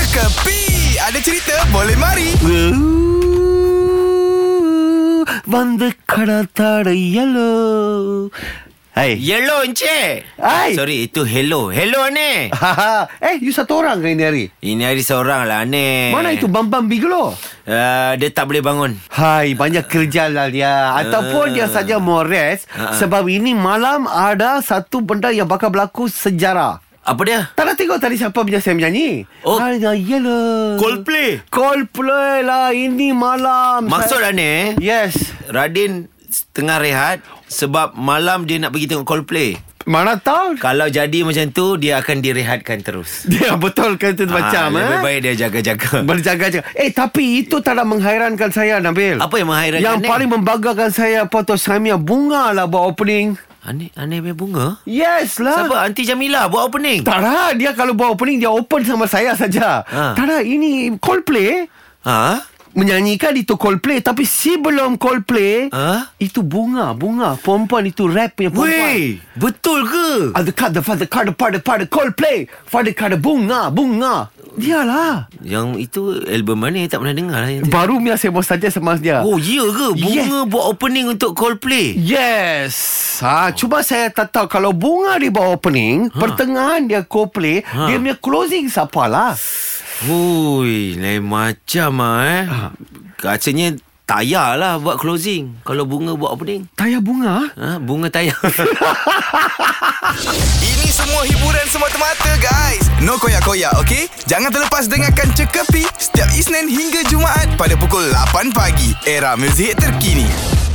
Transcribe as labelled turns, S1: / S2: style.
S1: Kepi Ada cerita boleh mari
S2: வந்து கடத்தாட எல்லோ Hai.
S3: Hello Encik
S2: Hai.
S3: Sorry itu hello Hello Ane
S2: Haha. eh, you satu orang ke ini hari?
S3: Ini hari seorang lah Ane
S2: Mana itu Bambang Biglo?
S3: uh, Dia tak boleh bangun
S2: Hai, banyak kerja lah dia. Ataupun
S3: Eh.
S2: dia saja mau rest. Sebab ini malam ada satu benda yang bakal berlaku sejarah.
S3: Apa dia?
S2: Tak nak tengok tadi siapa punya saya menyanyi.
S3: Oh.
S2: Hai, dah yellow.
S3: Coldplay
S2: Coldplay lah ini malam.
S3: Maksud
S2: Saya-
S3: Ane
S2: Yes.
S3: Radin tengah rehat Sebab malam dia nak pergi tengok Coldplay
S2: Mana tahu?
S3: Kalau jadi macam tu Dia akan direhatkan terus
S2: Dia betul kata tu macam.
S3: Ah, Lebih
S2: eh?
S3: baik dia jaga-jaga
S2: Berjaga-jaga Eh tapi itu tak nak menghairankan saya Nabil
S3: Apa yang menghairankan
S2: Yang
S3: ni?
S2: paling membanggakan saya Potos Samia Bunga lah buat opening
S3: Ane, Ane punya bunga?
S2: Yes lah
S3: Siapa? Aunty Jamila buat opening
S2: Tak nak Dia kalau buat opening Dia open sama saya saja
S3: Ha.
S2: Tak nak Ini Coldplay
S3: Ha?
S2: Menyanyikan itu Coldplay Tapi sebelum Coldplay
S3: Ha?
S2: Itu bunga Bunga Perempuan itu rap punya perempuan Ah,
S3: Weh Betul ke?
S2: Ada kada Father kada Pada pada Coldplay Father kada bunga Bunga Dialah
S3: Yang itu album mana yang tak pernah dengar lah yang tu.
S2: Baru Mia saya bawa saja sama dia
S3: Oh ya ke Bunga buat opening untuk Coldplay
S2: Yes ha, Cuma saya tak tahu Kalau bunga dia buat opening ha. Pertengahan dia co-play ha. Dia punya closing siapa lah
S3: Hui Lain macam lah eh Katanya Tayar lah buat closing Kalau bunga buat opening
S2: Tayar bunga
S3: ha? Bunga tayar
S1: Ini semua hiburan semata-mata guys No koyak-koyak ok Jangan terlepas dengarkan Cekapi Setiap Isnin hingga Jumaat Pada pukul 8 pagi Era muzik terkini